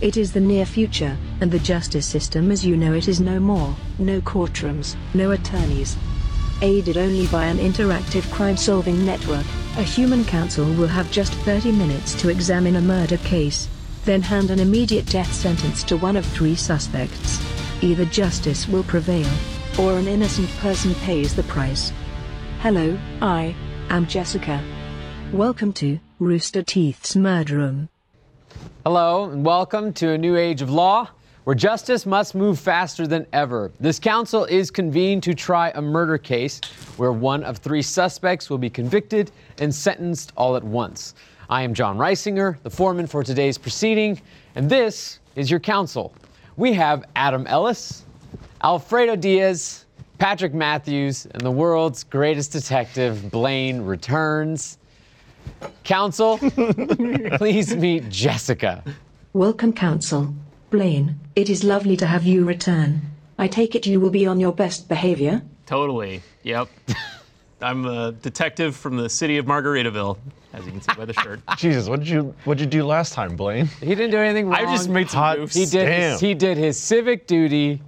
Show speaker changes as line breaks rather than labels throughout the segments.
It is the near future, and the justice system as you know it is no more. No courtrooms, no attorneys. Aided only by an interactive crime solving network, a human counsel will have just 30 minutes to examine a murder case, then hand an immediate death sentence to one of three suspects. Either justice will prevail, or an innocent person pays the price. Hello, I am Jessica. Welcome to Rooster Teeth's Murder Room.
Hello, and welcome to a new age of law where justice must move faster than ever. This council is convened to try a murder case where one of three suspects will be convicted and sentenced all at once. I am John Reisinger, the foreman for today's proceeding, and this is your council. We have Adam Ellis, Alfredo Diaz, Patrick Matthews, and the world's greatest detective, Blaine Returns. Council, please meet Jessica.
Welcome, counsel. Blaine, it is lovely to have you return. I take it you will be on your best behavior.
Totally. Yep. I'm a detective from the city of Margaritaville, as you can see by the shirt.
Jesus, what did you what did you do last time, Blaine?
He didn't do anything wrong.
I just made some
Hot
moves.
He did. His,
Damn.
he did his civic duty.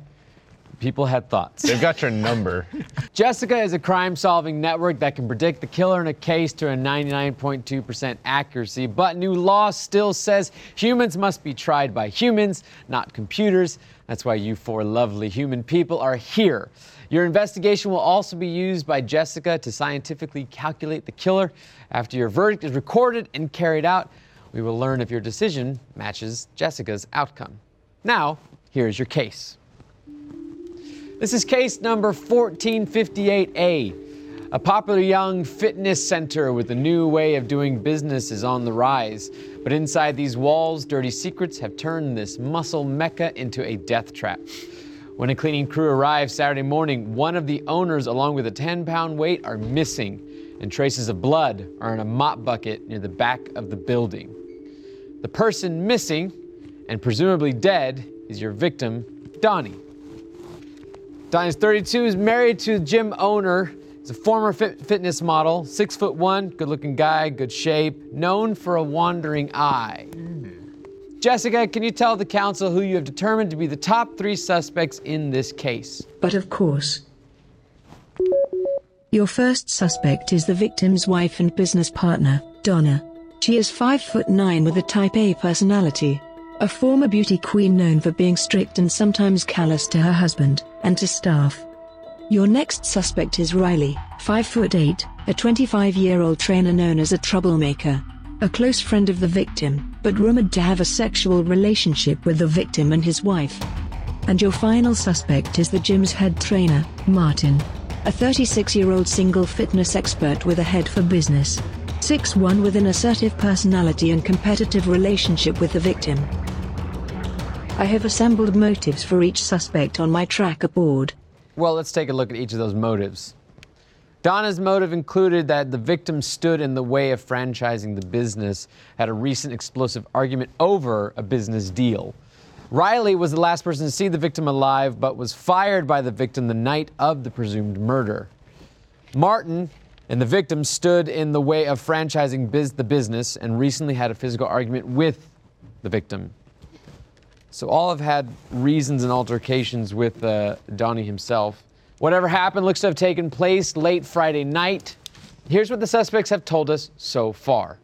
People had thoughts.
They've got your number.
Jessica is a crime-solving network that can predict the killer in a case to a 99.2% accuracy, but new law still says humans must be tried by humans, not computers. That's why you four lovely human people are here. Your investigation will also be used by Jessica to scientifically calculate the killer. After your verdict is recorded and carried out, we will learn if your decision matches Jessica's outcome. Now, here is your case. This is case number 1458A. A popular young fitness center with a new way of doing business is on the rise. But inside these walls, dirty secrets have turned this muscle mecca into a death trap. When a cleaning crew arrives Saturday morning, one of the owners, along with a 10 pound weight, are missing, and traces of blood are in a mop bucket near the back of the building. The person missing, and presumably dead, is your victim, Donnie. Donnie's 32, is married to the gym owner. He's a former fit- fitness model, six foot one, good looking guy, good shape, known for a wandering eye. Jessica, can you tell the council who you have determined to be the top three suspects in this case?
But of course. Your first suspect is the victim's wife and business partner, Donna. She is 5 foot 9 with a type A personality. A former beauty queen known for being strict and sometimes callous to her husband and to staff. Your next suspect is Riley, 5 foot 8, a 25-year-old trainer known as a troublemaker. A close friend of the victim, but rumored to have a sexual relationship with the victim and his wife. And your final suspect is the gym's head trainer, Martin. A 36 year old single fitness expert with a head for business. 6'1 with an assertive personality and competitive relationship with the victim. I have assembled motives for each suspect on my tracker board.
Well, let's take a look at each of those motives. Donna's motive included that the victim stood in the way of franchising the business at a recent explosive argument over a business deal. Riley was the last person to see the victim alive, but was fired by the victim the night of the presumed murder. Martin and the victim stood in the way of franchising biz- the business and recently had a physical argument with the victim. So all have had reasons and altercations with uh, Donnie himself. Whatever happened looks to have taken place late Friday night. Here's what the suspects have told us so far.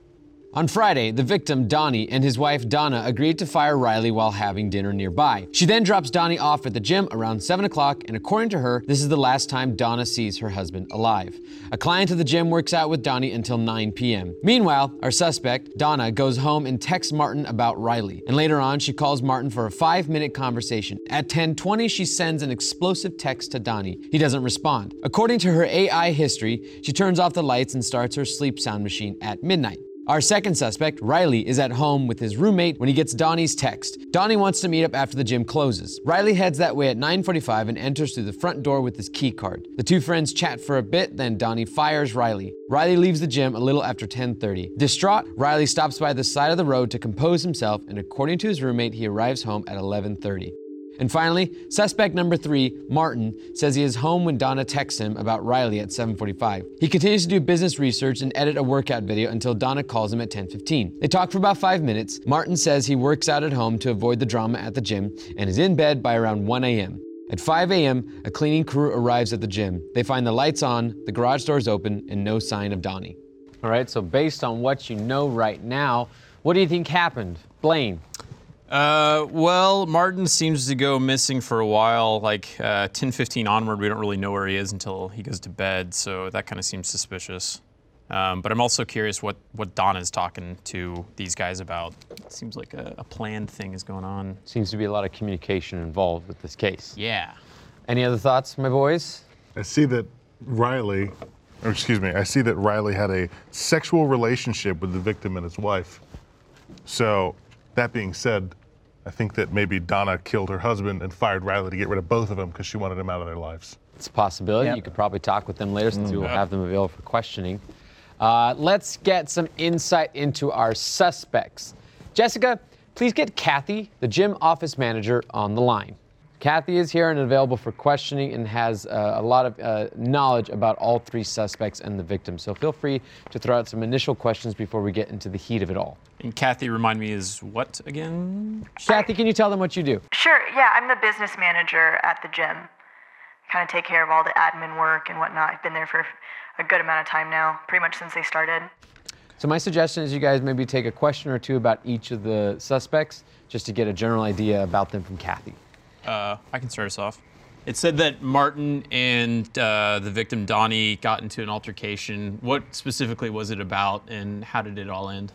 On Friday, the victim, Donnie, and his wife, Donna, agreed to fire Riley while having dinner nearby. She then drops Donnie off at the gym around 7 o'clock, and according to her, this is the last time Donna sees her husband alive. A client at the gym works out with Donnie until 9 p.m. Meanwhile, our suspect, Donna, goes home and texts Martin about Riley, and later on, she calls Martin for a five-minute conversation. At 10:20, she sends an explosive text to Donnie. He doesn't respond. According to her AI history, she turns off the lights and starts her sleep sound machine at midnight. Our second suspect, Riley, is at home with his roommate when he gets Donnie's text. Donnie wants to meet up after the gym closes. Riley heads that way at 9:45 and enters through the front door with his key card. The two friends chat for a bit, then Donnie fires Riley. Riley leaves the gym a little after 10:30. Distraught, Riley stops by the side of the road to compose himself, and according to his roommate, he arrives home at 11:30. And finally, suspect number three, Martin, says he is home when Donna texts him about Riley at 7:45. He continues to do business research and edit a workout video until Donna calls him at 10:15. They talk for about five minutes. Martin says he works out at home to avoid the drama at the gym and is in bed by around 1 a.m. At 5 a.m., a cleaning crew arrives at the gym. They find the lights on, the garage doors open, and no sign of Donnie. All right, so based on what you know right now, what do you think happened? Blaine.
Uh, well, Martin seems to go missing for a while, like uh, 10, 15 onward. We don't really know where he is until he goes to bed, so that kind of seems suspicious. Um, but I'm also curious what, what Donna's talking to these guys about. seems like a, a planned thing is going on.
Seems to be a lot of communication involved with this case.
Yeah.
Any other thoughts, my boys?
I see that Riley, or excuse me, I see that Riley had a sexual relationship with the victim and his wife. So, that being said, I think that maybe Donna killed her husband and fired Riley to get rid of both of them because she wanted him out of their lives.
It's a possibility. You could probably talk with them later
Mm.
since we will have them available for questioning. Uh, let's get some insight into our suspects. Jessica, please get Kathy, the gym office manager, on the line. Kathy is here and available for questioning and has uh, a lot of uh, knowledge about all three suspects and the victim. So feel free to throw out some initial questions before we get into the heat of it all.
And Kathy, remind me, is what again?
Kathy, can you tell them what you do?
Sure, yeah, I'm the business manager at the gym. Kind of take care of all the admin work and whatnot. I've been there for a good amount of time now, pretty much since they started.
So my suggestion is you guys maybe take a question or two about each of the suspects just to get a general idea about them from Kathy.
Uh, I can start us off. It said that Martin and uh, the victim Donnie got into an altercation. What specifically was it about, and how did it all end?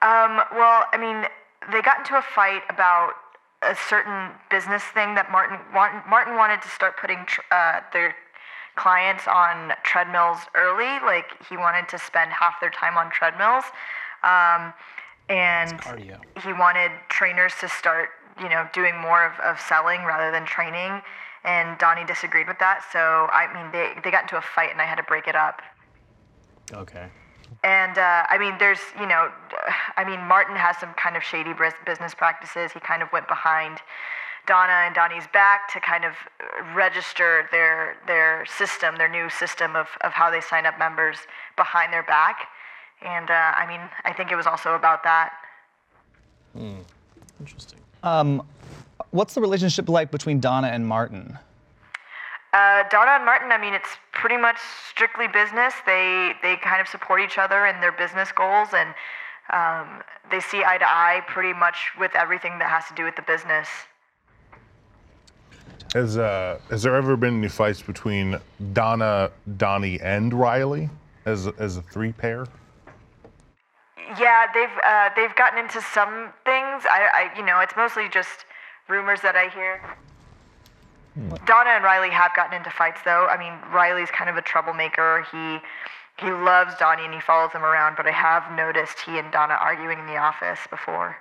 Um, well, I mean, they got into a fight about a certain business thing that Martin want, Martin wanted to start putting tr- uh, their clients on treadmills early. Like he wanted to spend half their time on treadmills, um, and
cardio.
he wanted trainers to start, you know, doing more of, of selling rather than training. And Donnie disagreed with that, so I mean, they they got into a fight, and I had to break it up.
Okay.
And uh, I mean, there's, you know, I mean, Martin has some kind of shady bris- business practices. He kind of went behind Donna and Donnie's back to kind of uh, register their their system, their new system of, of how they sign up members behind their back. And uh, I mean, I think it was also about that.
Interesting.
Um, What's the relationship like between Donna and Martin?
Uh, Donna and Martin, I mean, it's pretty much strictly business. They they kind of support each other in their business goals, and um, they see eye to eye pretty much with everything that has to do with the business.
Has uh, has there ever been any fights between Donna, Donnie, and Riley as as a three pair?
Yeah, they've uh, they've gotten into some things. I, I you know, it's mostly just rumors that I hear. Donna and Riley have gotten into fights though. I mean, Riley's kind of a troublemaker. He he loves Donnie and he follows him around, but I have noticed he and Donna arguing in the office before.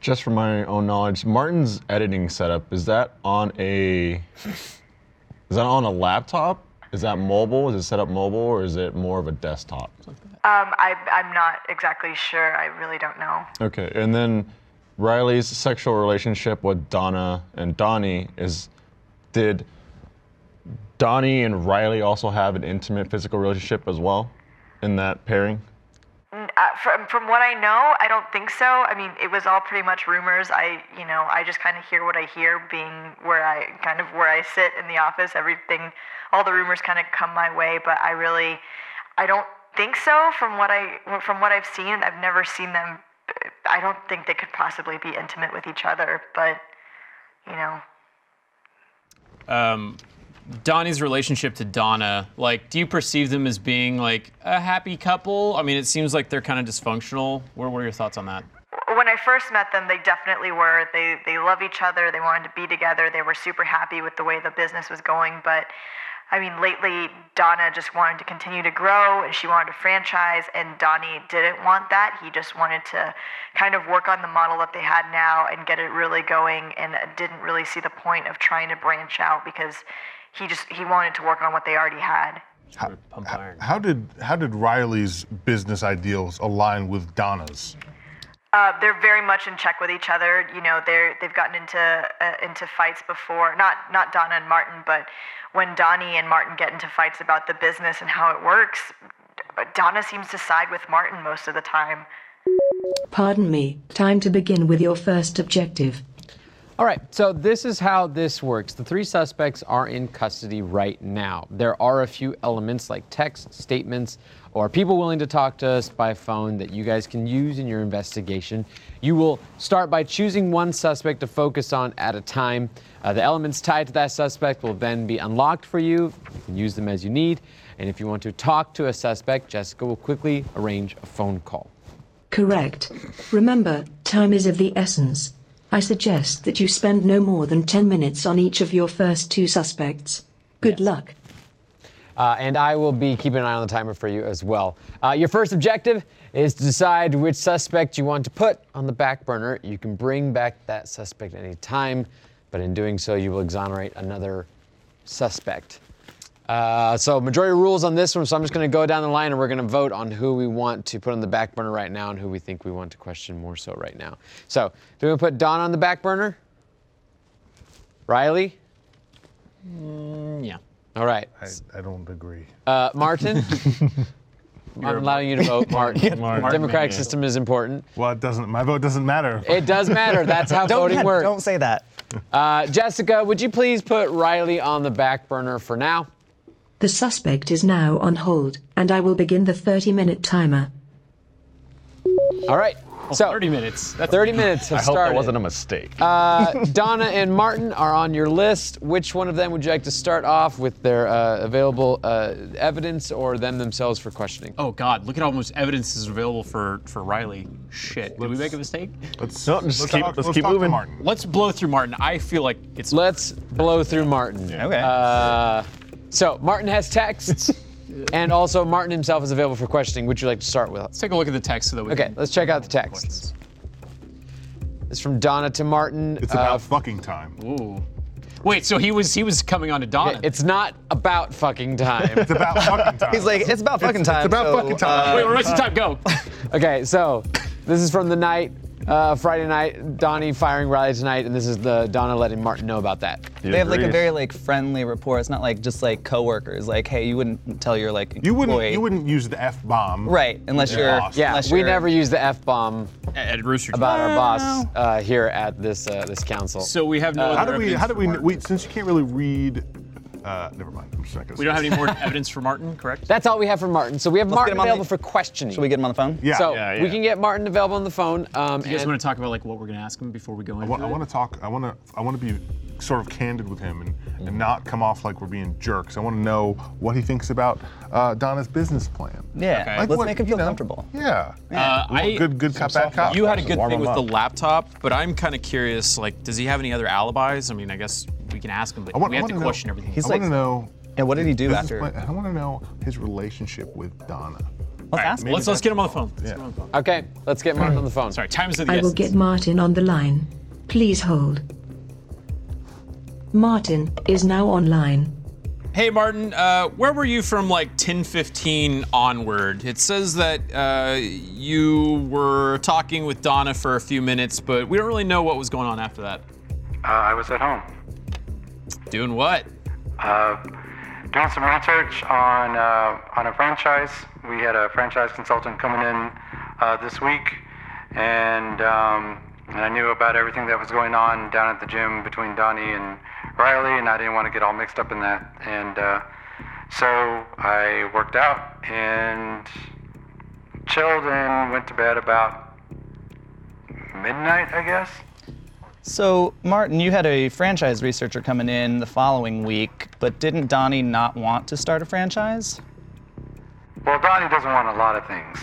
Just from my own knowledge, Martin's editing setup is that on a is that on a laptop? Is that mobile? Is it set up mobile or is it more of a desktop?
Um, I I'm not exactly sure. I really don't know.
Okay, and then Riley's sexual relationship with Donna and Donnie is did Donnie and Riley also have an intimate physical relationship as well in that pairing?
Uh, from from what I know, I don't think so. I mean, it was all pretty much rumors. I you know I just kind of hear what I hear, being where I kind of where I sit in the office. Everything, all the rumors kind of come my way, but I really, I don't think so. From what I from what I've seen, I've never seen them. I don't think they could possibly be intimate with each other, but you know,
Um, Donnie's relationship to Donna, like, do you perceive them as being like a happy couple? I mean, it seems like they're kind of dysfunctional. What were your thoughts on that?
when I first met them, they definitely were. They they love each other. They wanted to be together. They were super happy with the way the business was going. But I mean, lately Donna just wanted to continue to grow, and she wanted a franchise. And Donnie didn't want that. He just wanted to kind of work on the model that they had now and get it really going. And didn't really see the point of trying to branch out because he just he wanted to work on what they already had.
Pump iron.
How did how did Riley's business ideals align with Donna's?
Uh, they're very much in check with each other. You know, they're they've gotten into uh, into fights before. Not not Donna and Martin, but when Donnie and Martin get into fights about the business and how it works, Donna seems to side with Martin most of the time.
Pardon me, time to begin with your first objective.
All right, so this is how this works. The three suspects are in custody right now. There are a few elements like text, statements, or people willing to talk to us by phone that you guys can use in your investigation. You will start by choosing one suspect to focus on at a time. Uh, the elements tied to that suspect will then be unlocked for you. You can use them as you need. And if you want to talk to a suspect, Jessica will quickly arrange a phone call.
Correct. Remember, time is of the essence. I suggest that you spend no more than 10 minutes on each of your first two suspects. Good luck.
Uh, and I will be keeping an eye on the timer for you as well. Uh, your first objective is to decide which suspect you want to put on the back burner. You can bring back that suspect at any time, but in doing so, you will exonerate another suspect. Uh, so, majority rules on this one, so I'm just going to go down the line and we're going to vote on who we want to put on the back burner right now and who we think we want to question more so right now. So, do we want to put Don on the back burner? Riley?
Yeah.
All right.
I, I don't agree.
Uh, Martin, I'm allowing you to vote, Martin.
Martin,
Democratic
yeah.
system is important.
well, it doesn't. My vote doesn't matter.
It does matter. That's how
Don't,
voting works.
don't say that.
Uh, Jessica, would you please put Riley on the back burner for now?
The suspect is now on hold, and I will begin the 30 minute timer.
All right. So
30 Oh, minutes. That's
30 minutes have
I hope
started.
that wasn't a mistake.
Uh, Donna and Martin are on your list. Which one of them would you like to start off with their uh, available uh, evidence or them themselves for questioning?
Oh God! Look at how much evidence is available for for Riley. Shit! Did we make a mistake?
Let's,
No, just
let's
keep-
talk-
let's keep
talk to
moving.
Martin.
Let's blow through Martin. I feel like it's
Let's blow through Martin.
Okay.
Uh, so Martin has texts, and also Martin himself is available for questioning. Would you like to start with?
Let's take a look at the text so that we
Okay,
can.
let's check out the texts. It's from Donna to Martin.
It's
Uh,
about fucking time.
Ooh. Wait, so he was he was coming on to Donna.
it's not about fucking time.
It's about fucking time.
He's like, it's about fucking time.
It's about
so,
fucking time.
Wait, we're wasting time. Go.
uh, okay, so this is from the night, uh, Friday night, Donnie firing Riley tonight, and this is the Donna letting Martin know about that.
He
They have like a
agrees.
very like friendly rapport. It's not like just like coworkers. Like, hey, you wouldn't tell your like
you wouldn't.
employee-
You wouldn't use the f bomb.
right unless
Yeah.
you're
Boss.
Yeah,
unless
we
you're-
never use the f bomb
At Rooster. Teeth.
about our boss uh, here at this uh, this council. Uh,
So we have no. other
Uh, How do we?
evidence
How do
for
we?
Martin.
we since you can't really read. Uh, never mind. I'm just not gonna.
We don't have any more evidence for Martin, correct?
that's all we have for Martin. So we have Martin
him on the-
available for questioning.
Should we get him on the phone?
Yeah.
so
yeah,
we
yeah.
can get Martin available on the phone. Um,
You guys
and-
want to talk about like what we're gonna ask him before we go in?
I want, to talk. I want to. I want to be sort of candid with him and, and not come off like we're being jerks. I want to know what he thinks about uh, Donna's business plan.
Yeah.
Okay.
Let's
What-
make him
you
feel
know,
comfortable.
Yeah.
Uh,
Well,
I-
good, good cop, bad cop.
You had a good
Warm
thing
him
with
up.
the laptop, but I'm kind of curious. Like, does he have any other alibis? I mean, I guess we can ask him, but
I want,
we
I
have
want
to
to know-
question everything.
He's
I
like-
want to know.
Yeah. What did he do
business
after?
plan- I want to know his relationship with Donna.
Let's ask him.
let's let's get him on the phone. Let's
Yeah.
get him on the phone.
okay, let's get Martin on the phone.
Sorry, time is of the
I will
essence.
get Martin on the line. Please hold. Martin is now online.
Hey Martin, uh, where were you from like 10:15 onward? It says that uh, you were talking with Donna for a few minutes, but we don't really know what was going on after that.
Uh, I was at home
Doing what?
uh, doing some research on uh, on a franchise. We had a franchise consultant coming in uh, this week, and um, and I knew about everything that was going on down at the gym between Donnie and Riley, and I didn't want to get all mixed up in that. And uh, so I worked out and chilled and went to bed about midnight, I guess.
So, Martin, you had a franchise researcher coming in the following week, but didn't Donnie not want to start a franchise?
Well, Donnie doesn't want a lot of things,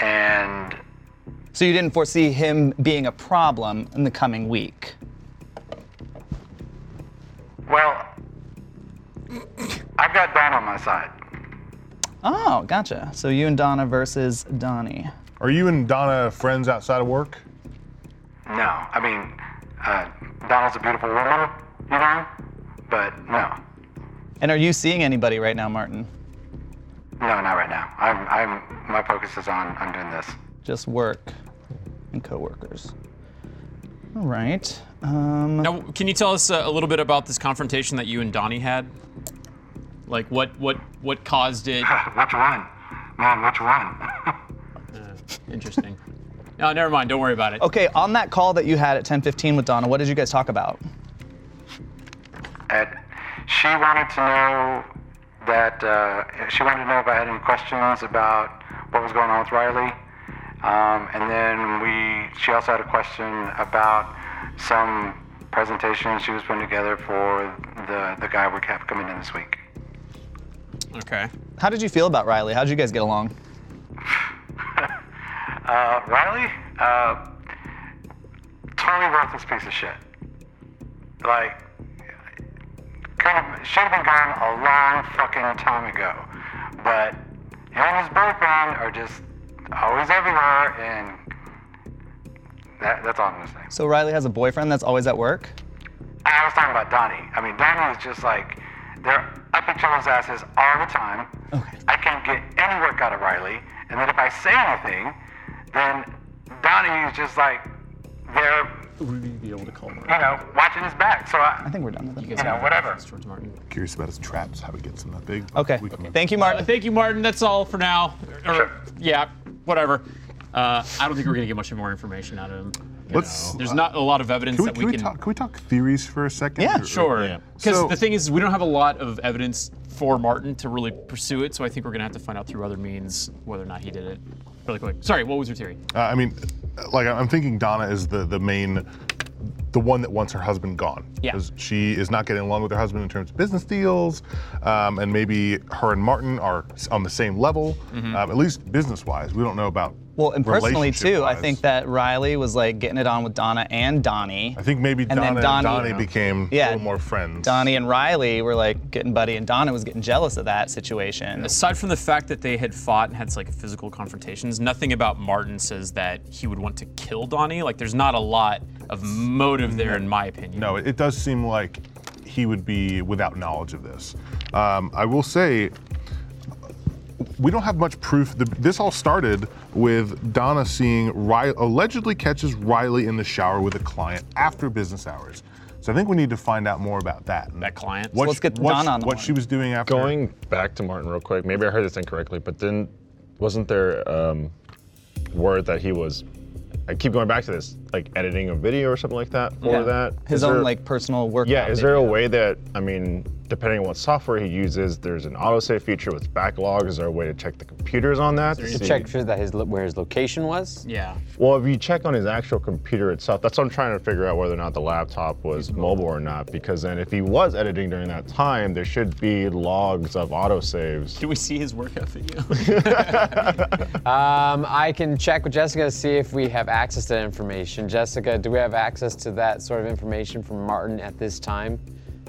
and
So you didn't foresee him being a problem in the coming week.
Well, I've got Don on my side.
Oh, gotcha. So you and Donna versus Donnie.
Are you and Donna friends outside of work?
No, I mean, uh, Donna's a beautiful woman, you know, but no,
And are you seeing anybody right now, Martin?
no, not right now. I'm, I'm, my focus is on, on doing this.
Just work. and coworkers. All right. Um,
Now, can you tell us uh, a little bit about this confrontation that you and Donnie had? Like, what what what caused it? Uh,
Which one? Man, which one?
Interesting. No, never mind. Don't worry about it.
Okay, on that call that you had at 10:15 with Donna, what did you guys talk about?
Ed. She wanted to know that uh, she wanted to know if I had any questions about what was going on with Riley, um, and then we. She also had a question about some presentation she was putting together for the the guy we have coming in this week.
Okay.
How did you feel about Riley? How did you guys get along?
Uh, Riley, uh, totally worthless piece of shit. Like, could have, should have been gone a long fucking time ago. But him and his boyfriend are just always everywhere, and that, that's all I'm gonna say.
So Riley has a boyfriend that's always at work.
I was talking about Donnie. I mean, Donnie is just like, they're up each other's asses all the time.
Okay.
I can't get any work out of Riley. And then if I say anything, then Donnie is just like, they're,
We'd be able to call
you know, watching his back. So I,
I think we're done with him.
you know, whatever.
Towards Martin.
Curious about his traps, how he gets them that big.
Okay.
We can-
Thank you,
Uh,
Martin.
thank you, Martin. That's all for now. Or,
Sure.
yeah, whatever. Uh, I don't think we're gonna get much more information out of him. You
Let's-
know, There's not a lot of evidence
Can we,
that
can, we talk, can we talk theories for a second?
Yeah,
Or-
Sure.
Yeah.
Because
So-
the thing is, we don't have a lot of evidence for Martin to really pursue it, so I think we're going to have to find out through other means whether or not he did it really quick. Sorry, what was your theory?
Uh, I mean, like I'm thinking Donna is the the main, the one that wants her husband gone.
Yeah.
Because she is not getting along with her husband in terms of business deals, um, and maybe her and Martin are s- on the same level, um, at least business wise. We don't know about.
Well, and personally too, I
relationship-wise.
think that Riley was like getting it on with Donna and Donnie.
I think maybe
then
Donna and
Donnie-
Donnie became
Yeah.
a little more friends.
Donnie and Riley were like getting buddy, and Donna was getting jealous of that situation.
Aside from the fact that they had fought and had like physical confrontations, nothing about Martin says that he would want to kill Donnie. Like, there's not a lot of motive there, in my opinion.
No, it, it does seem like he would be without knowledge of this. Um, I will say, we don't have much proof. The, this all started with Donna seeing Riley, allegedly catches Riley in the shower with a client after business hours. So I think we need to find out more about that. and
That client?
What,
So
let's get
what-
Donna on the
what
line.
she was doing after.
Going back to Martin real quick, maybe I heard this incorrectly, but then wasn't there um, word that he was? I keep going back to this, like editing a video or something like that for
Yeah.
that. Is
His own
there-
like personal work.
Yeah, is there a way that I mean, depending on what software he uses, there's an autosave feature with backlogs. Is there a way to check the computers on that? to
To
see-
check sure that his lo- where his location was.
Yeah.
Well, if you check on his actual computer itself, that's what I'm trying to figure out whether or not the laptop was mobile or not. Because then, if he was editing during that time, there should be logs of autosaves.
Can we see his workout video?
Um, I can check with Jessica to see if we have access to that information. Jessica, do we have access to that sort of information from Martin at this time?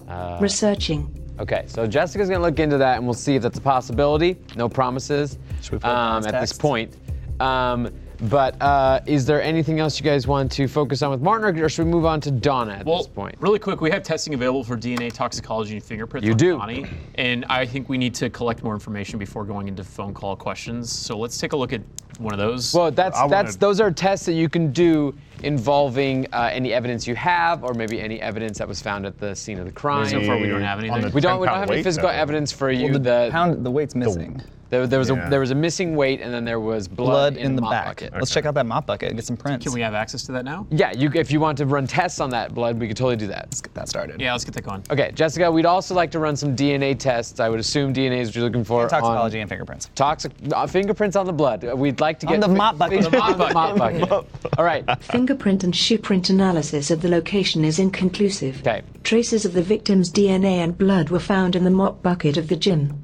Uh,
Researching.
Okay, so Jessica's gonna look into that, and we'll see if that's a possibility. No promises
we pull up
um,
those
at this
texts?
point. Um, but uh, is there anything else you guys want to focus on with Martin, or should we move on to Donna at
Well,
this point?
really quick, we have testing available for DNA toxicology and fingerprints.
You
on
do.
Donnie, and I think we need to collect more information before going into phone call questions. So let's take a look at one of those.
Well, that's
I
that's
wanna-
those are tests that you can do involving uh, any evidence you have, or maybe any evidence that was found at the scene of the crime.
so far we don't have anything.
the-
we don't we
10
don't
pound
have any
weight,
physical
though.
evidence for you.
The,
that
pound, the weight's missing.
there, there was
Yeah.
a there was a missing weight, and then there was blood,
Blood in, the
mop
back.
bucket.
Let's check out that mop bucket and get some prints.
Can we have access to that now?
Yeah, you, if you want to run tests on that blood, we could totally do that.
Let's get that started.
Yeah, let's get that going.
Okay, Jessica, we'd also like to run some DNA tests. I would assume DNA is what you're looking for. on-
Toxicology and fingerprints.
Toxic uh, fingerprints on the blood. Uh, We'd like to
On
get
the mop bucket.
On the mop bucket. All right.
Fingerprint and shoe print analysis of the location is inconclusive.
Okay.
Traces of the victim's DNA and blood were found in the mop bucket of the gym.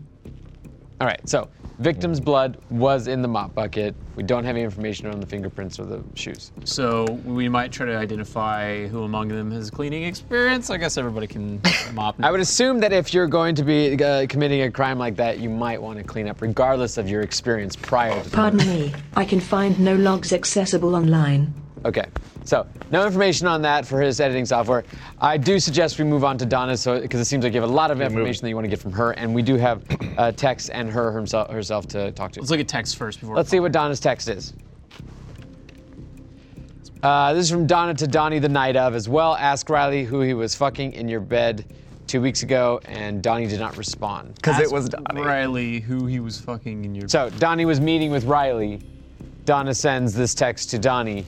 All right. So, victim's blood was in the mop bucket. We don't have any information on the fingerprints or the shoes.
So we might try to identify who among them has cleaning experience. I guess everybody can mop.
I would assume that if you're going to be uh, committing a crime like that, you might want to clean up, regardless of your experience prior to. the
Pardon me, I can find no logs accessible online.
Okay. So, no information on that for his editing software. I do suggest we move on to Donna, so because it seems like you have a lot of information that you want to get from her, and we do have uh, text and her herself, herself to talk to.
Let's look at text first before.
Let's see what Donna's text is. Uh, this is from Donna to Donnie the night of as well. Ask Riley who he was fucking in your bed two weeks ago, and Donnie did not respond.
Because it
Ask
was Donnie.
Riley, who he was fucking in your.
So Donnie was meeting with Riley. Donna sends this text to Donnie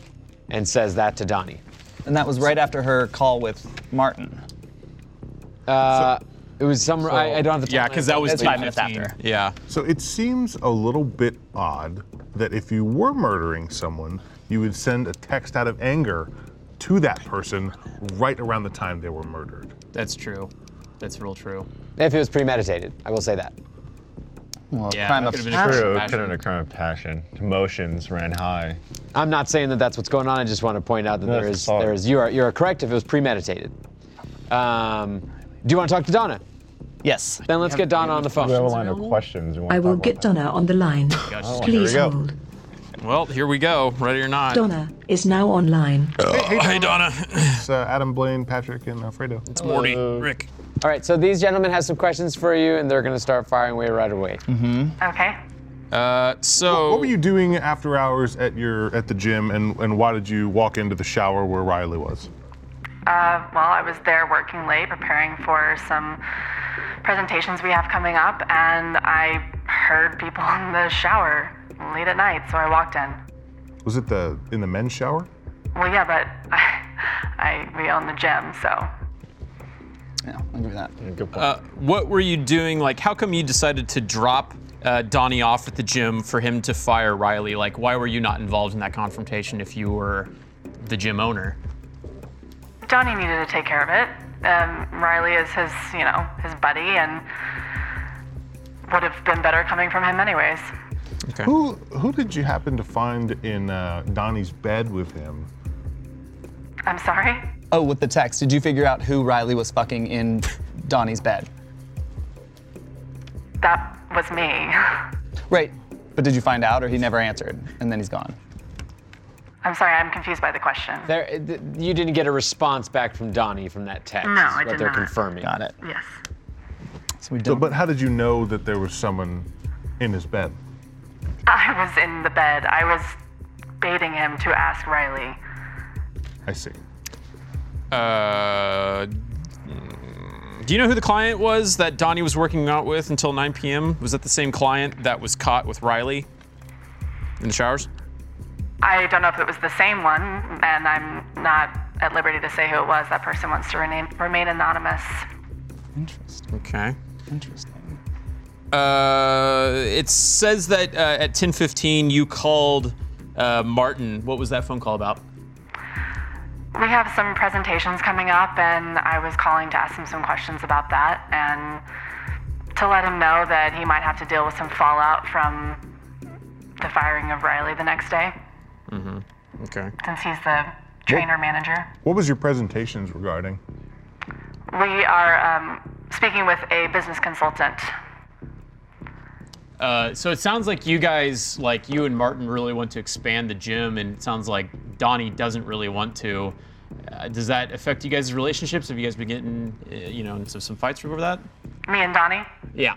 and says that to Donnie.
And that was right after her call with Martin.
Uh, it was some. I, I don't have the time.
yeah, because that was
That's five minutes
10:15.
after.
Yeah.
So it seems a little bit odd that if you were murdering someone, you would send a text out of anger to that person right around the time they were murdered.
That's true. That's real true.
If it was premeditated, I will say that.
Well,
Yeah,
crime
that
of
could've been a
passion.
True,
Passion.
kind of a crime of passion. Emotions ran high.
I'm not saying that that's what's going on. I just want to point out that
No,
there
that's
is
fine.
there is you are you are correct if it was premeditated. Um, do you want to talk to Donna?
Yes.
Then let's get Donna on the phone.
We have a line of questions.
I will get Donna on the line. Please
go.
hold.
Well, here we go. Ready or not?
Donna is now online.
Hey,
Oh, Hey, Donna.
It's uh, Adam Blaine, Patrick, and Alfredo.
It's Morty.
Uh,
Rick.
All right, so these gentlemen have some questions for you, and they're going to start firing away right away.
Okay.
Mm-hmm. Uh, so.
What were you doing after hours at your at the gym, and, and why did you walk into the shower where Riley was?
Uh, well, I was there working late, preparing for some presentations we have coming up, and I heard people in the shower late at night, so I walked in.
Was it the in the men's shower?
Well, yeah, but I, I we own the gym, so
Yeah, I'll give you that.
Uh, what were you doing? Like, how come you decided to drop uh, Donnie off at the gym for him to fire Riley? Like, why were you not involved in that confrontation if you were the gym owner?
Donnie needed to take care of it. Um, Riley is his, you know, his buddy, and would have been better coming from him, anyways.
Who who did you happen to find in uh, Donnie's bed with him?
I'm sorry.
Oh, with the text, did you figure out who Riley was fucking in Donnie's bed?
That was me.
Right. But did you find out, or he never answered, and then he's gone?
I'm sorry. I'm confused by the question.
There, th- you didn't get a response back from Donnie from that text.
No,
is
I
what
did
they're
not.
confirming.
Got it.
Yes.
So we
So,
don't.
but how did you know that there was someone in his bed?
I was in the bed. I was baiting him to ask Riley.
I see.
Uh, mm, do you know who the client was that Donnie was working out with until 9 p.m.? Was that the same client that was caught with Riley in the showers?
I don't know if it was the same one, and I'm not at liberty to say who it was. That person wants to remain, remain anonymous.
interesting.
Okay.
Interesting.
Uh, it says that uh, at 10:15 you called uh, Martin. What was that phone call about?
We have some presentations coming up, and I was calling to ask him some questions about that and to let him know that he might have to deal with some fallout from the firing of Riley the next day,
Mm-hmm.
Okay.
since he's the trainer manager.
What was your presentations regarding?
We are um, speaking with a business consultant.
Uh, so it sounds like you guys, like you and Martin, really want to expand the gym, and it sounds like Donnie doesn't really want to. Uh, does that affect you guys' relationships? Have you guys been getting, uh, you know, into some fights over that?
Me and Donnie?
Yeah.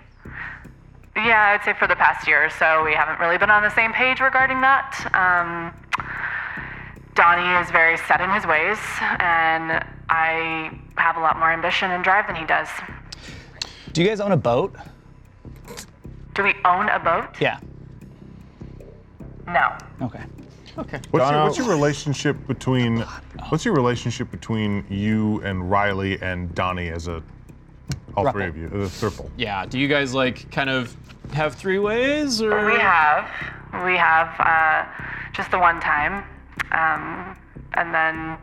Yeah, I'd say for the past year or so, we haven't really been on the same page regarding that. Um, Donnie is very set in his ways, and I have a lot more ambition and drive than he does.
Do you guys own a boat?
Do we own a boat?
Yeah.
No.
Okay.
What's your, what's your relationship
Oh,
between What's your relationship between you and Riley and Donnie as a all three
Ruffle.
of you, the triple?
Yeah. Do you guys like kind of have three ways, or
We have, we have uh, just the one time, um, and then,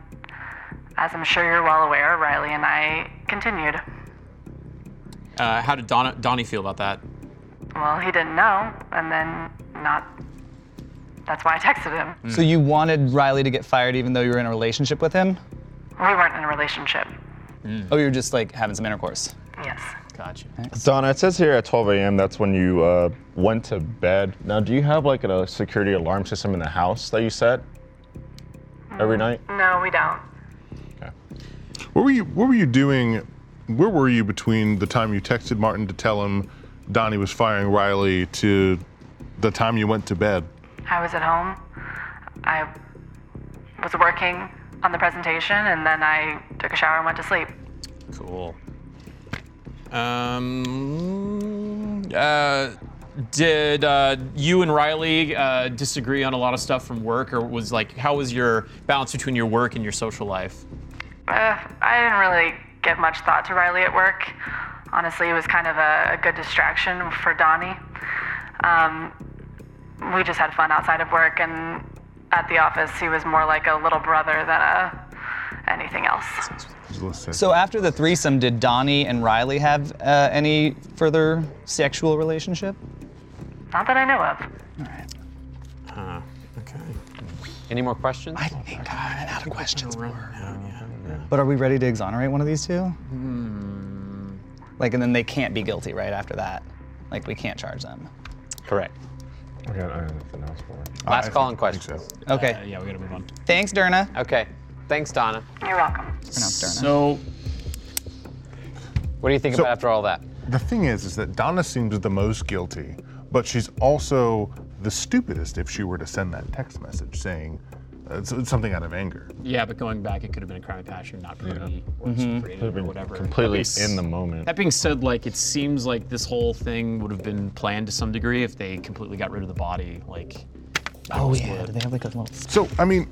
as I'm sure you're well aware, Riley and I continued.
Uh, how did Donna, Donnie feel about that?
Well, he didn't know, and then not. That's why I texted him.
Mm.
So you wanted Riley to get fired, even though you were in a relationship with him?
We weren't in a relationship.
Mm.
Oh, you were just like having some intercourse.
Yes.
Gotcha.
Donna, it says here at 12 a.m. that's when you uh, went to bed. Now, do you have like a security alarm system in the house that you set
Uh,
every night?
No, we don't.
Okay.
What were you What were you doing? Where were you between the time you texted Martin to tell him Donnie was firing Riley to the time you went to bed?
I was at home. I was
was working on the presentation, and then I took a shower and went to sleep.
Cool. Um, uh, did uh, you and Riley uh, disagree on a lot of stuff from work, or was like, how was your balance between your work and your social life?
Uh, I didn't really give much thought to Riley at work. Honestly, it was kind of a, a good distraction for Donnie. Um, we just had fun outside of work, and at the office, he was more like a little brother than a, anything else.
So after the threesome, did Donnie and Riley have uh, any further sexual relationship?
Not that I know of.
Uh, okay.
Any more questions?
I think I ran out of questions.
Yeah.
But are we ready to exonerate one of these two?
Hmm.
Like, and then they can't be guilty right after that. Like, we can't charge them.
Correct.
I got nothing else for it.
Last call on questions.
Okay.
Uh, yeah, we gotta move on.
Thanks, Derna.
Okay. Thanks, Donna.
You're welcome.
Pronounce Derna.
So,
What do you think
So-
about after all that?
The thing is, is that Donna seems the most guilty, but she's also the stupidest if she were to send that text message saying uh, it's- it's something out of anger.
yeah, but going back, it could have been a crime of passion, not pretty, or
Mm-hmm.
creative, or whatever. At
Completely
least-
in the moment.
That being said, like it seems like this whole thing would have been planned to some degree if they completely got rid of the body. Like
oh yeah. Do they have like a little?
So I mean,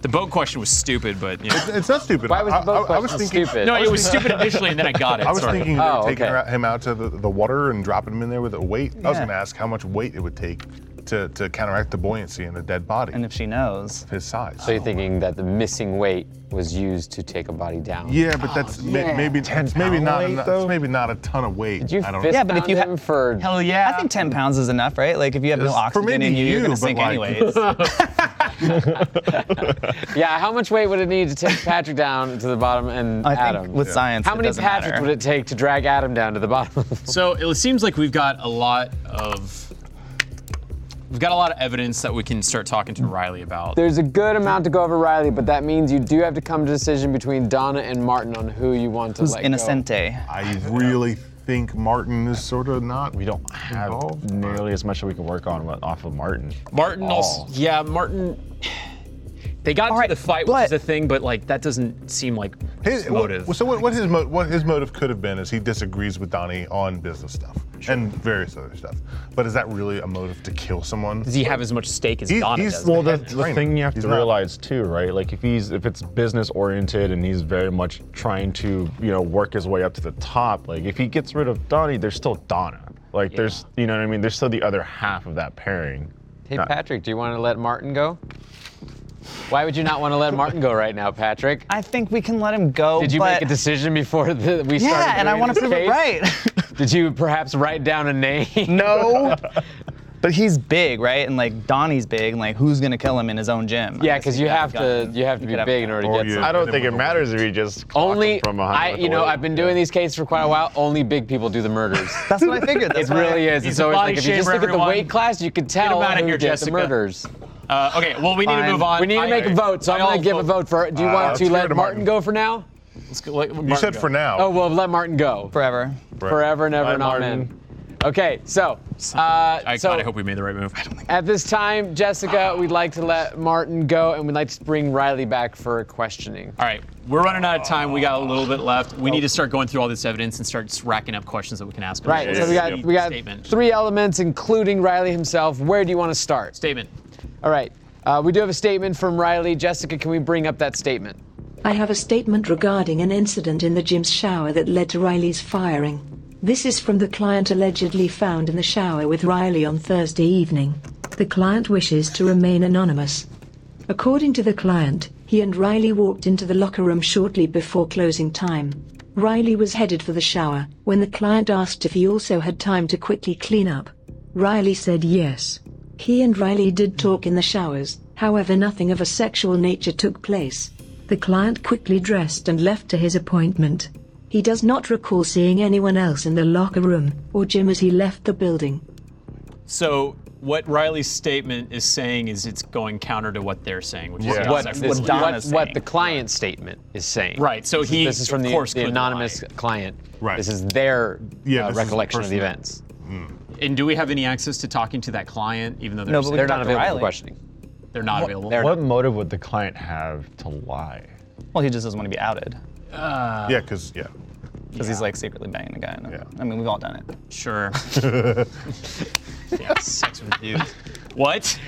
the boat question was stupid, but you know.
it's not stupid.
Why was the
I-
boat
I, I,
question
was thinking,
stupid?
No, it was stupid initially, and then I got it.
I was
Sorry.
thinking about
Oh,
taking
okay.
her out- him out to the, the water and dropping him in there with a weight. I was
Yeah.
going to ask how much weight it would take to, to counteract the buoyancy in a dead body
And if she knows,
of his size.
So you're thinking that the missing weight was used to take a body down?
yeah, but that's ma- maybe it's maybe
pound
not enough-
weight,
it's
though?
maybe not a ton of weight.
Did you
I don't
fist
Yeah, but if you
pound
ha-
him for
hell yeah. I think 10 pounds is enough, right? Like, if you have no
Yes, for
oxygen
maybe
in you, you're
you,
gonna
but,
sink
like-
anyways.
yeah? How much weight would it need to take Patrick down to the bottom and
I
Adam?
think with science,
how
it
many
doesn't
Patrick
matter.
would it take to drag Adam down to the bottom?
So it seems like we've got a lot of we've got a lot of evidence that we can start talking to Riley about.
There's a good amount to go over Riley, but that means you do have to come to a decision between Donna and Martin on who you want to
Who's
let go.
Innocente?
I really think Martin is sort of not.
We don't have
Involved?
nearly as much that we can work on with- off of Martin.
Martin
At
also,
all.
yeah, Martin. They got into
right,
the fight,
but-
which is a thing, but like that doesn't seem like his motive.
so what, what his mo- what his motive could have been is he disagrees with Donnie on business stuff and various other stuff. But is that really a motive to kill someone?
does he have as much stake as
He-
Donna
he's-
does?
well,
the,
head
the
trainer.
thing you have
He's
to
not-
realize too, right? Like if he's if it's business oriented and he's very much trying to you know work his way up to the top, like if he gets rid of Donnie, there's still Donna. Like there's you know what I mean. There's still the other half of that pairing.
Hey Patrick, do you want to let Martin go? Why would you not want to let Martin go right now, Patrick?
I think we can let him go.
Did you
Oh, but
make a decision before the, we started?
Yeah, and I
doing
want to
this
prove it
case?
right.
Did you perhaps write down a name?
no. But he's big, right? And like Donnie's big, and like who's gonna kill him in his own gym? I
Yeah,
guess
because
he
you
could
have
a
to
gun.
you have to
He
be
could a
big in order
Or
to get
you-
some.
I don't
Hit him
think
with
it
a
matters if he just clock him
Only
from behind.
I
with
you
the
know
weight.
I've been doing these cases for quite a while. Only big people do the murders.
That's what I figured.
it
That's why I-
really is. It's
a
always
body
like if you just
shamer,
look at the
everyone.
weight class, you can tell
him outta
who
here,
did the
Jessica.
murders.
Uh, okay, well, we need to move on.
We need to
I-
make a vote, so
I
I'm gonna
all
give a vote for. Do you want
Uh, let's
to
give it
let
to Martin.
Martin go for now?
Let's go, let
you
Martin
said
go.
for now.
Oh well, let Martin go
forever.
forever and ever
Bye,
and amen.
Martin.
Okay, so uh,
I
so
kind of hope we made the right move. I don't think.
at this time, Jessica, we'd like to let Martin go, and we'd like to bring Riley back for questioning.
All right, we're running out of time. We got a little bit left. We need to start going through all this evidence and start racking up questions that we can ask. him.
Right. So we got we got
statement.
three elements, including Riley himself. Where do you want to start?
statement.
All right. Uh, we do have a statement from Riley. Jessica, can we bring up that statement?
I have a statement regarding an incident in the gym's shower that led to Riley's firing. This is from the client allegedly found in the shower with Riley on Thursday evening. The client wishes to remain anonymous. According to the client, he and Riley walked into the locker room shortly before closing time. Riley was headed for the shower when the client asked if he also had time to quickly clean up. Riley said yes. He and Riley did talk in the showers, however, nothing of a sexual nature took place. The client quickly dressed and left to his appointment. He does not recall seeing anyone else in the locker room or gym as he left the building.
So what Riley's statement is saying is it's going counter to what they're saying, which is
Yeah.
What,
Exactly.
this,
what
what,
Donna's
what
saying.
the client statement is saying.
Right, so
This is-
he,
This is from
of
the,
course,
the
could
anonymous
lie.
client.
Right.
This is their
Yeah,
uh,
this is the
recollection of the
person-
events.
Hmm. And do we have any access to talking to that client, even though they're,
No, but we
They're
can
not
talk to
available for
Riley.
questioning.
They're not available.
they're-
What motive would the client have to lie?
Well, he just doesn't want to be outed
Uh,
yeah, because yeah,
because Um, he's like secretly banging the guy. in the-
Yeah.
I mean, we've all done it.
Sure. yeah, sex with dudes. What?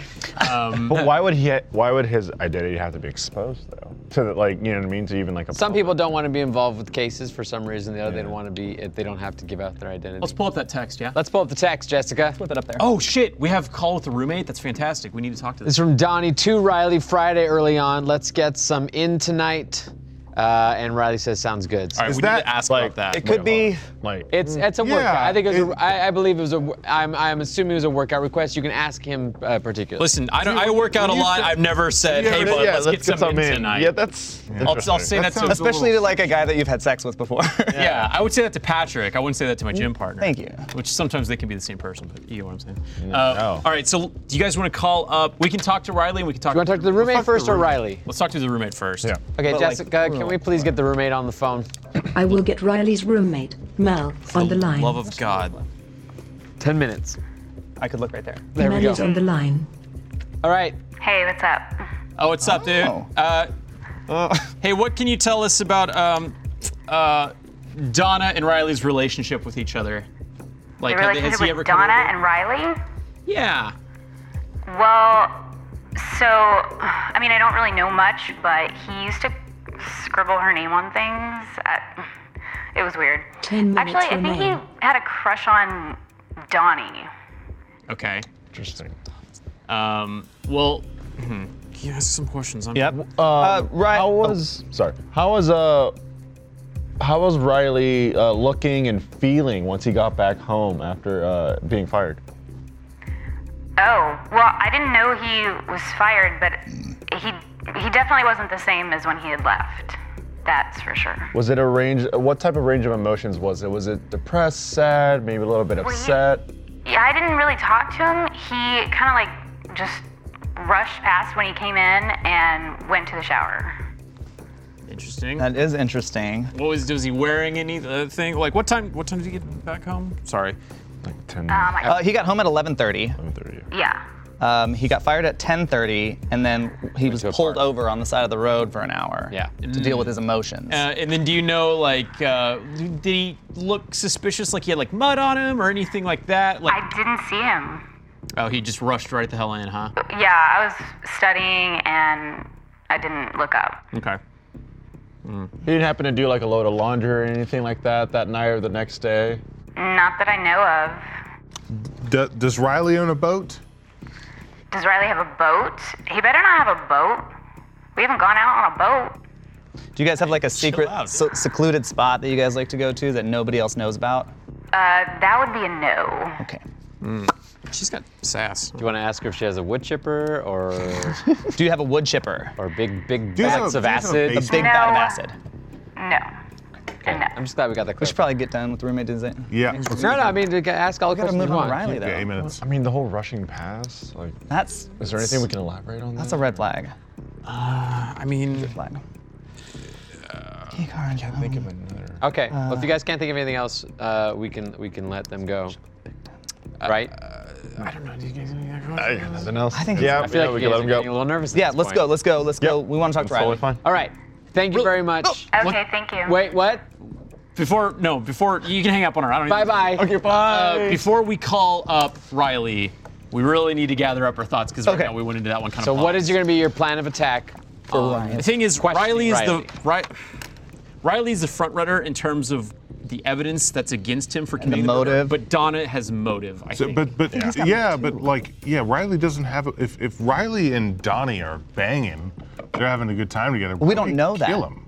Um,
But why would he? Ha- why would his identity have to be exposed though? To the, like, you know what I mean? To even like a
Some
public-
people don't want to be involved with cases for some reason. The other, they don't want to be. If they don't have to give out their identity.
let's pull up that text, yeah?
Let's pull up the text, Jessica.
Flip it up there.
oh, shit. We have call with a roommate. That's fantastic. We need to talk to this.
It's from Donnie to Riley Friday early on. Let's get some in tonight. Uh, and Riley says, "Sounds good."
All right,
Is
we
that-
need to ask about
like
mm. that.
it could be.
like.
It's it's a workout.
yeah,
I think it was.
it-
a, I, I believe it was a. wo- I'm I'm assuming it was a workout request. You can ask him uh, particularly.
Listen, I, don't, I work out a
when you
lot.
said-
I've never said,
Yeah,
hey,
but
bud,
yeah,
let's, get, some in tonight.
Yeah, that's.
I'll, I'll
Interesting.
say that,
That
to
sounds-
Especially to like a guy that you've had sex with before.
yeah. I would say that to Patrick. I wouldn't say that to my gym
Mm-hmm.
partner.
Thank you.
Which sometimes they can be the same person, but you know what I'm saying. Uh,
no.
All right, so do you guys want to call up? We can talk to Riley. We can talk.
you want to talk to the roommate
talk to the
first or
roommate.
Riley?
Let's talk to the roommate first.
Yeah.
Okay,
But, like,
Jessica, can we
roommate.
please get the roommate on the phone?
I will get Riley's roommate, Mel, on the line.
Love of God.
Ten minutes.
I could look right there.
There we
Mel
go.
is on the line.
All right.
Hey, what's up?
Oh, what's up, dude?
Oh.
Uh, hey, what can you tell us about um, uh, Donna and Riley's relationship with each other? Like,
The
have they-
relationship
has he ever
with
come
Donna
over?
and Riley?
Yeah.
Well, so I mean, I don't really know much, but he used to scribble her name on things. I, it was weird.
Ten minutes
Actually, I think
remain.
he had a crush on Donnie.
Okay.
Interesting.
Um, well, hmm. you ask some questions. I'm
Yep. Uh, right.
How was? Oh, Sorry. How was uh? How was Riley uh, looking and feeling once he got back home after uh, being fired?
Oh, well, I didn't know he was fired, but he he definitely wasn't the same as when he had left. That's for sure.
Was it a range? What type of range of emotions was it? Was it depressed, sad, maybe a little bit
you-
upset?
Yeah, I didn't really talk to him. He kind of like just rushed past when he came in and went to the shower.
Interesting.
That is interesting.
what was was he wearing? Any uh, thing? Like, what time? What time did he get back home? Sorry.
Like
Um,
10,
I-
Uh, he got home at 11:30.
30.
yeah.
Um, he got fired at 10:30, and then he was
to a
pulled
park.
over on the side of the road for an hour.
Yeah.
To deal with his emotions.
Uh, and then, do you know, like, uh, did he look suspicious? Like he had like mud on him or anything like that? Like,
I didn't see him.
oh, he just rushed right the hell in, huh?
Yeah, I was studying and I didn't look up.
Okay.
He didn't happen to do like a load of laundry or anything like that that night or the next day.
Not that I know of.
Do- Uh, does Riley own a boat?
Does Riley have a boat? He better not have a boat. We haven't gone out on a boat.
Do you guys have like a secret,
out.
se- secluded spot that you guys like to go to that nobody else knows about?
Uh, that would be a no.
Okay. Mm.
She's got sass.
Do you want to ask her if she has a wood chipper or
Do you have a wood chipper?
or big big
you have
bags
a-
of
do you have a
acid?
basement?
Big
No.
bag of acid.
No.
Okay, I'm just glad we got that.
We should probably get done with roommate design.
Yeah.
No, no. I mean, to g- ask all the
Gotta
questions
move
you
on
want.
to Riley though.
Okay, eight minutes.
I mean, the whole rushing pass. Like,
That's
is there anything we can elaborate on?
that's a red flag.
I mean,
Flag. Hey, Karin, um,
Think of another.
Okay. well, if you guys can't think of anything else, uh, we can we can let them go. Right?
Uh, I don't know. Do you guys have any other questions?
Hey, nothing else.
I think
yeah,
so. I
feel
yeah,
like
we
you
can let
guys
him
are
go.
getting a little nervous. at
Yeah,
this
let's
point.
go. Let's go. Let's go. We want to talk
It's
to Riley.
totally fine.
All right. Thank you very much.
Okay, thank you.
Wait, what?
Before no, before you can hang up on her. I don't.
Bye
even-
bye. Okay, bye.
Uh, before we call up Riley, we really need to gather up our thoughts because right
Okay.
now we went into that one kind
So,
of.
what is going to be your plan of attack?
For Ryan.
The thing is,
Question,
Riley is
Riley.
the right. Riley's the front runner in terms of the evidence that's against him for committing murder,
motive.
but Donna has motive. I
So,
think.
but but yeah, but like yeah, Riley doesn't have. A, if if Riley and Donnie are banging, they're having a good time together.
We don't
why
know that.
Kill him.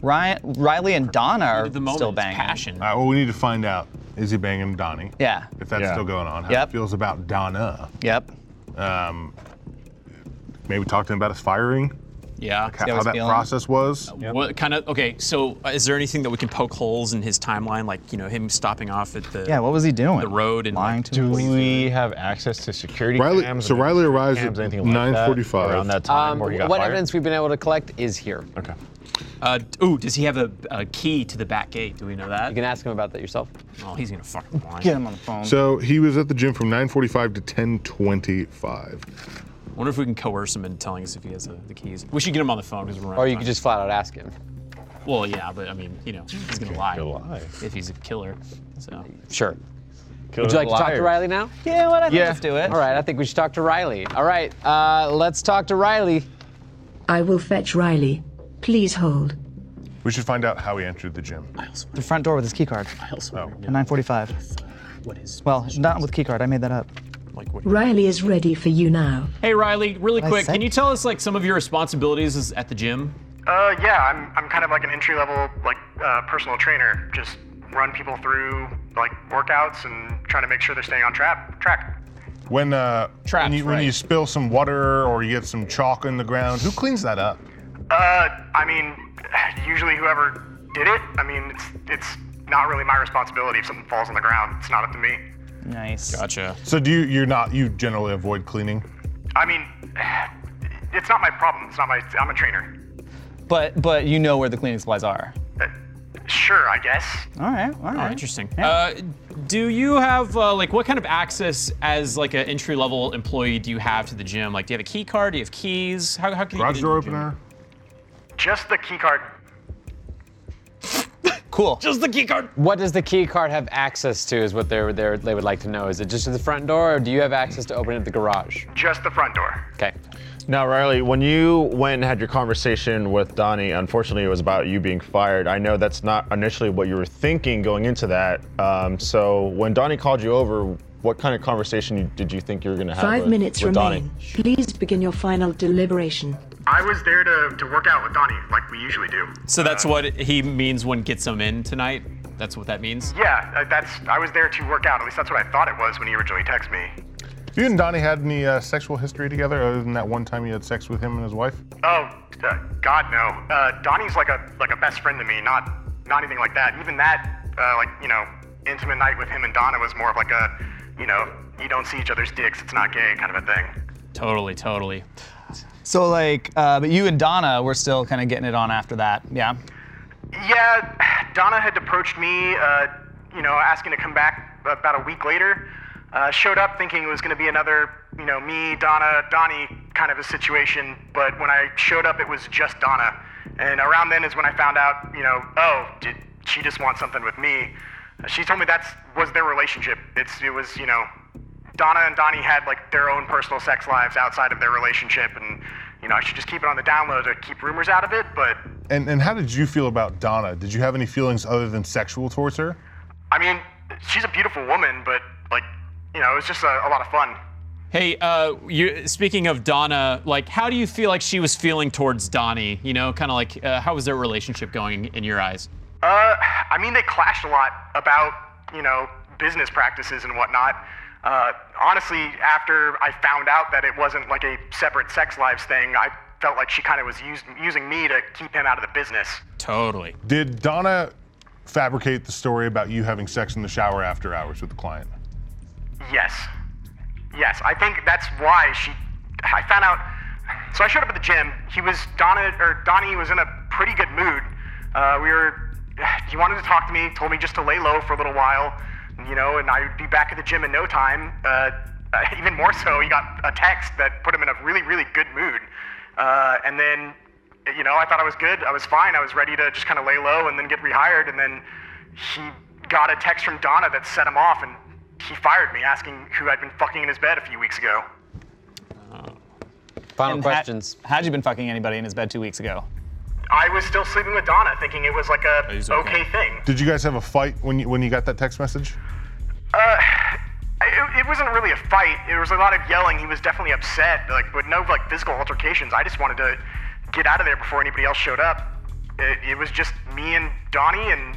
Ryan, Riley, and Donna are
At the moment,
still
it's
banging.
passion.
Uh, well, we need to find out is he banging Donnie?
Yeah.
If that's
Yeah.
still going on, how
Yep.
he feels about Donna.
Yep.
Um, maybe talk to him about his firing,
yeah.
how,
how he's
that
feeling.
process was.
What kind of okay? So uh, is there anything that we can poke holes in his timeline, like you know him stopping off at the
Yeah. What was he doing?
the road and
lying
like,
to us.
we have access to security
Riley-
cams?
so
or
Riley arrives
cams,
at
anything like that
9:45.
Around that time
Um,
where he got
what
fired?
evidence we've been able to collect is here.
Okay.
Uh, d- ooh, does he have a, a key to the back gate? Do we know that?
You can ask him about that yourself.
oh, he's gonna fucking lie.
Get him on the phone.
So he was at the gym from 9:45 to 10:25.
Wonder if we can coerce him into telling us if he has uh, the keys. We should get him on the phone because we're running.
Or you could just flat out ask him.
Well, yeah, but I mean, you know, he's gonna lie, if he's a killer. So
Sure. Would you like to talk to Riley now?
Yeah, what? I think
Yeah.
let's do it.
All right, I think we should talk to Riley. All right, uh, let's talk to Riley.
I will fetch Riley. Please hold.
We should find out how he entered the gym.
The front door with his key card.
also,
At 9:45.
what is
Well, not with key card. I made that up.
like what?
Riley is ready for you now.
Hey Riley, really
I
quick,
said-
can you tell us like some of your responsibilities is- at the gym?
Uh, yeah, I'm, I'm kind of like an entry level like uh, personal trainer. Just run people through like workouts and trying to make sure they're staying on trap track.
When uh,
Traps,
when, you, when
right.
you spill some water or you get some chalk in the ground, who cleans that up?
Uh, I mean, usually whoever did it. I mean, it's it's not really my responsibility if something falls on the ground. It's not up to me.
Nice.
Gotcha.
So do you? You're not. You generally avoid cleaning.
I mean, it's not my problem. It's not my. I'm a trainer.
But but you know where the cleaning supplies are.
Uh, sure, I guess.
All right. All right.
Oh, interesting. Uh, do you have uh, like what kind of access as like an entry level employee do you have to the gym? Like, do you have a key card? Do you have keys? How, how can you
Garage
get
door
into the gym?
opener.
Just the key card.
Cool.
Just the key card.
What does the key card have access to? Is what they they they would like to know. Is it just to the front door, or do you have access to open up the garage?
Just the front door.
Okay.
Now, Riley, when you went and had your conversation with Donnie, unfortunately, it was about you being fired. I know that's not initially what you were thinking going into that. Um, so, when Donnie called you over, what kind of conversation you- did you think you were going to have?
Five
with,
minutes
with
remain.
Donnie?
Please begin your final deliberation.
I was there to, to work out with Donnie, like we usually do.
So that's what he means when gets him in tonight. That's what that means.
Yeah, uh, that's. I was there to work out. At least that's what I thought it was when he originally texted me.
You and Donnie had any uh, sexual history together other than that one time you had sex with him and his wife?
Oh, uh, God no. Uh, Donnie's like a like a best friend to me. Not not anything like that. Even that, uh, like you know, intimate night with him and Donna was more of like a, you know, you don't see each other's dicks. It's not gay kind of a thing.
Totally, totally.
So like, uh, but you and Donna were still kind of getting it on after that. Yeah.
Yeah, Donna had approached me, uh, you know, asking to come back about a week later. Uh, showed up thinking it was going to be another, you know, me, Donna, Donnie kind of a situation. But when I showed up, it was just Donna. And around then is when I found out, you know, oh, did she just want something with me? She told me that's was their relationship. It's it was, you know, Donna and Donnie had like their own personal sex lives outside of their relationship, and you know, I should just keep it on the down low to keep rumors out of it. But
And and how did you feel about Donna? Did you have any feelings other than sexual towards her?
I mean, she's a beautiful woman, but like, you know, it was just a, a lot of fun.
Hey, uh, you speaking of Donna, like, how do you feel like she was feeling towards Donnie? You know, kind of like, uh, how was their relationship going in your eyes?
Uh, I mean, they clashed a lot about, you know, business practices and whatnot. Uh, honestly, after I found out that it wasn't like a separate sex lives thing, I felt like she kind of was used, using me to keep him out of the business.
Totally.
Did Donna fabricate the story about you having sex in the shower after hours with the client?
Yes. Yes, I think that's why she. I found out. So I showed up at the gym. He was Donna or Donnie was in a pretty good mood. Uh, we were. He wanted to talk to me. Told me just to lay low for a little while, you know, and I would be back at the gym in no time. Uh, even more so, he got a text that put him in a really, really good mood. Uh, and then, you know, I thought I was good. I was fine. I was ready to just kind of lay low and then get rehired. And then he got a text from Donna that set him off and he fired me asking who I'd been fucking in his bed a few weeks ago.
Final
And ha-
questions.
had you been fucking anybody in his bed two weeks ago?
I was still sleeping with Donna, thinking it was like a
He's okay.
okay. thing.
Did you guys have a fight when you when you got that text message?
Uh, it, it wasn't really a fight. There was a lot of yelling. He was definitely upset, like, but no like physical altercations. I just wanted to get out of there before anybody else showed up. It, it was just me and Donnie, and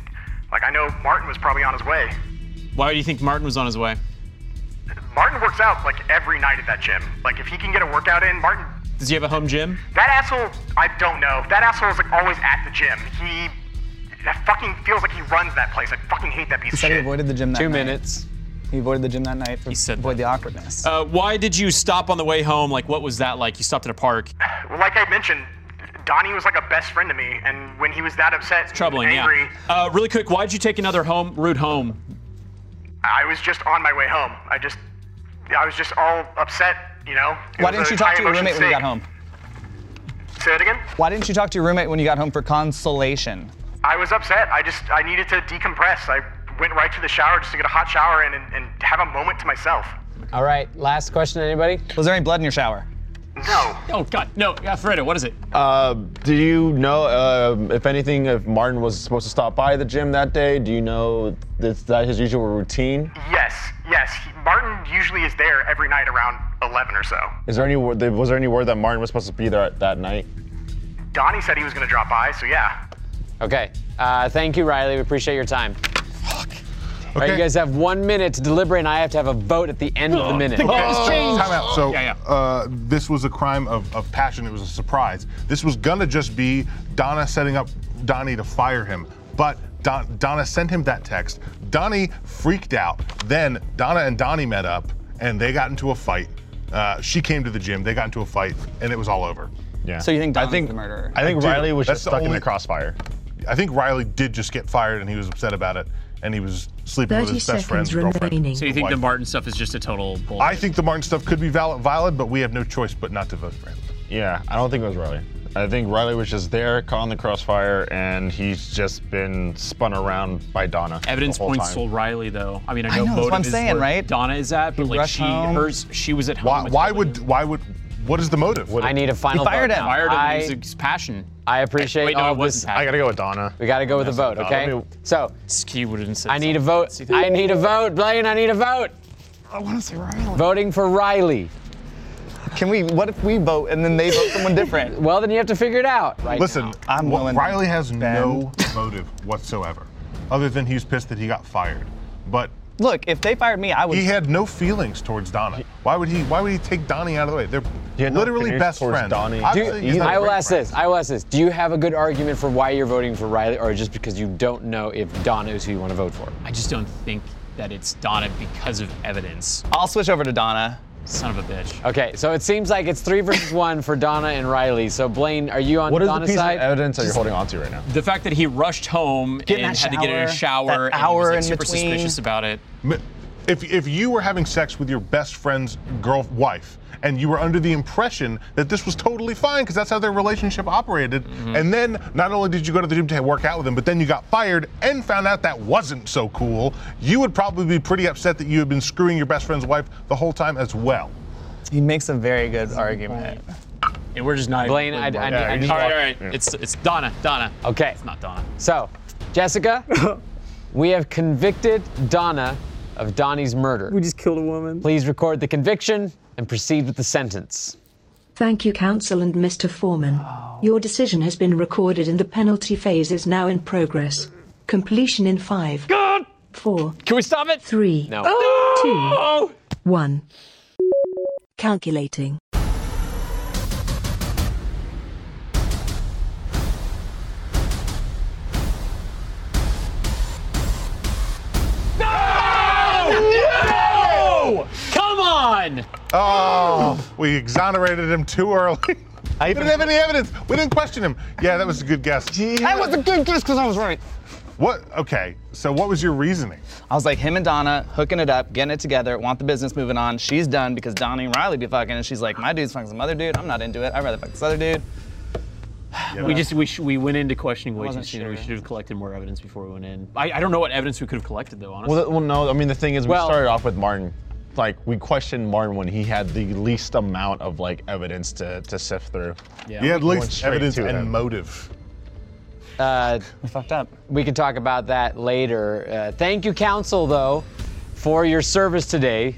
like I know Martin was probably on his way.
Why do you think Martin was on his way?
Martin works out like every night at that gym. Like if he can get a workout in, Martin
Does he have a home gym?
That asshole, I don't know. That asshole is like always at the gym. He that fucking feels like he runs that place. I fucking hate that piece
He
of
said he
shit.
avoided the gym that
Two
night.
minutes.
He avoided the gym that night for
said
avoid
that.
the awkwardness.
Uh, why did you stop on the way home? Like, what was that like? You stopped at a park.
Well, like I mentioned, Donnie was like a best friend to me, and when he was that upset, and
Troubling,
angry,
yeah. Uh, really quick, why'd you take another home route home?
I was just on my way home. I just, I was just all upset You know? It
Why
was
didn't
a
you talk to your
high-emotion
roommate when you
thing.
got home?
Say it again.
Why didn't you talk to your roommate when you got home for consolation?
I was upset. I just I needed to decompress. I went right to the shower just to get a hot shower in and, and have a moment to myself.
All right, last question, anybody?
Was there any blood in your shower?
No.
Oh God, no, Alfredo, what is it?
Uh, do you know um if anything if Martin was supposed to stop by the gym that day? Do you know that's that his usual routine?
Yes. Yes. He- Martin usually is there every night around 11 or so.
Is there any word? Was there any word that Martin was supposed to be there at- that night?
Donnie said he was gonna drop by, so yeah.
Okay. Uh, thank you, Riley. We appreciate your time. Fuck. All right, you
Okay.
guys have one minute to deliberate, and I have to have a vote at the end of the minute.
Oh. Time out. So
Oh. Yeah, yeah.
Uh, this was a crime of, of passion. It was a surprise. This was gonna just be Donna setting up Donnie to fire him, but Don, Donna sent him that text. Donnie freaked out. Then Donna and Donnie met up, and they got into a fight. Uh, she came to the gym. They got into a fight, and it was all over.
Yeah.
So you think
I
Don's
think
the murderer?
I think
I do.
Riley was
That's
just
the
stuck in
only-
the crossfire.
I think Riley did just get fired, and he was upset about it, and he was sleeping with
30
his best friend's
seconds
girlfriend.
remaining.
So you think
Why?
the Martin stuff is just a total bull?
I think the Martin stuff could be valid, valid, but we have no choice but not to vote for him.
Yeah, I don't think it was Riley. I think Riley was just there, caught in the crossfire, and he's just been spun around by Donna. the
Evidence
whole
points
time.
to Riley, though. I mean, I
I
know,
know, that's what
motive
I'm
is
saying,
where
right?
Donna is at, but
He
like
rushed
she,
home.
hers, she was at home.
Why,
with
why
Helen.
would? Why would? What is the motive?
I need a final
fired
vote.
him.
now.
Fired him.
I,
it was his passion.
I appreciate
Wait, no,
all
it wasn't
this.
passion.
I gotta go with Donna.
We got to go with a
That's
vote,
about
okay?
it.
So
Ski wouldn't say.
I need a vote. I need a vote, Blaine. I need a vote.
I want to say Riley.
Voting for Riley.
Can we? What if we vote and then they vote someone different?
Well, then you have to figure it out. Right
Listen,
I'm
wh-
willing to
Riley has no motive whatsoever, other than he was pissed that he got fired. But
Look, if they fired me, I would.
he had no feelings towards Donna. Why would he? Why would he take Donnie out of the way? They're
had no
literally
feelings
best
towards
friends.
Donnie.
Do
Obviously, he's
you,
not
I will
great
ask
friends.
this. I will ask this. Do you have a good argument for why you're voting for Riley, or just because you don't know if Donna is who you want to vote for?
I just don't think that it's Donna because of evidence.
I'll switch over to Donna.
Son of a bitch.
Okay, so it seems like it's three versus one for Donna and Riley. So Blaine, are you on
What is the
Donna's
piece
side?
of evidence that you're holding onto right now?
The fact that he rushed home
in
and
that
had to get in a shower
shower, that
and he was
hour
like,
in
super
between.
suspicious about it.
M- If, if you were having sex with your best friend's girl wife and you were under the impression that this was totally fine because that's how their relationship operated, and then not only did you go to the gym to work out with him, but then you got fired and found out that wasn't so cool, you would probably be pretty upset that you had been screwing your best friend's wife the whole time as well.
He makes a very good argument.
And we're just not.
Blaine, I- I- I
all
need-
right, all right. It's it's Donna, Donna.
Okay.
It's not Donna.
So, Jessica, we have convicted Donna of Donnie's murder.
We just killed a woman.
Please record the conviction and proceed with the sentence.
Thank you, counsel and Mr. Foreman. Your decision has been recorded and the penalty phase is now in progress. Completion in five, four,
Can we stop it?
three,
No.
two, one. Calculating.
Oh, come on!
Oh, we exonerated him too early. we didn't have any evidence. We didn't question him. Yeah, that was a good guess.
That was a good guess because I was right.
What? Okay. So, what was your reasoning?
I was like, him and Donna hooking it up, getting it together, want the business moving on. She's done because Donnie and Riley be fucking, and she's like, my dude's fucking some other dude. I'm not into it. I'd rather fuck this other dude.
We just we, sh- we went into questioning way too
wasn't
soon. We
sure.
should have collected more evidence before we went in. I, I don't know what evidence we could have collected though, honestly.
Well, th- well, no. I mean, the thing is, we
Well-
started off with Martin. Like, we questioned Martin when he had the least amount of like evidence to, to sift through.
Yeah, he had
Going
least
straight
evidence
to
and
him.
motive.
Uh,
We fucked up.
we can talk about that later. Uh, thank you, counsel, though, for your service today.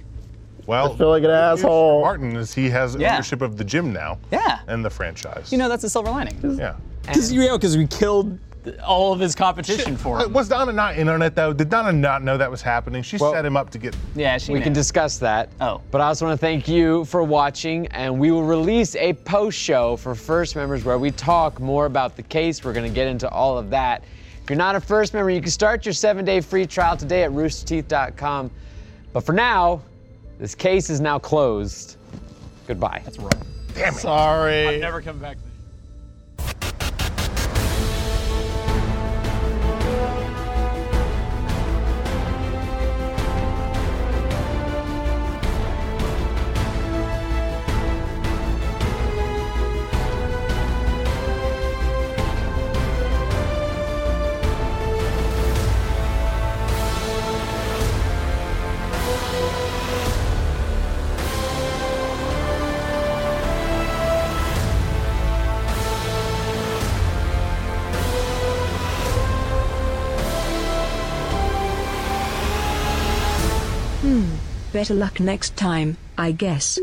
Well, I
feel like an asshole.
Martin is he has
Yeah.
ownership of the gym now.
Yeah.
And the franchise.
You know, that's a silver lining.
Yeah.
because you know, because we killed all of his competition for him.
Was Donna not in on it though? Did Donna not know that was happening? She
Well-
set him up to get.
Yeah, she
We
knew.
can discuss that.
Oh.
But I also want to thank you for watching, and we will release a post show for first members where we talk more about the case. We're going to get into all of that. If you're not a first member, you can start your seven day free trial today at roosterteeth.com. But for now, this case is now closed. Goodbye.
That's wrong.
Sorry.
Never come back. to this.
Hmm. Better luck next time, I guess.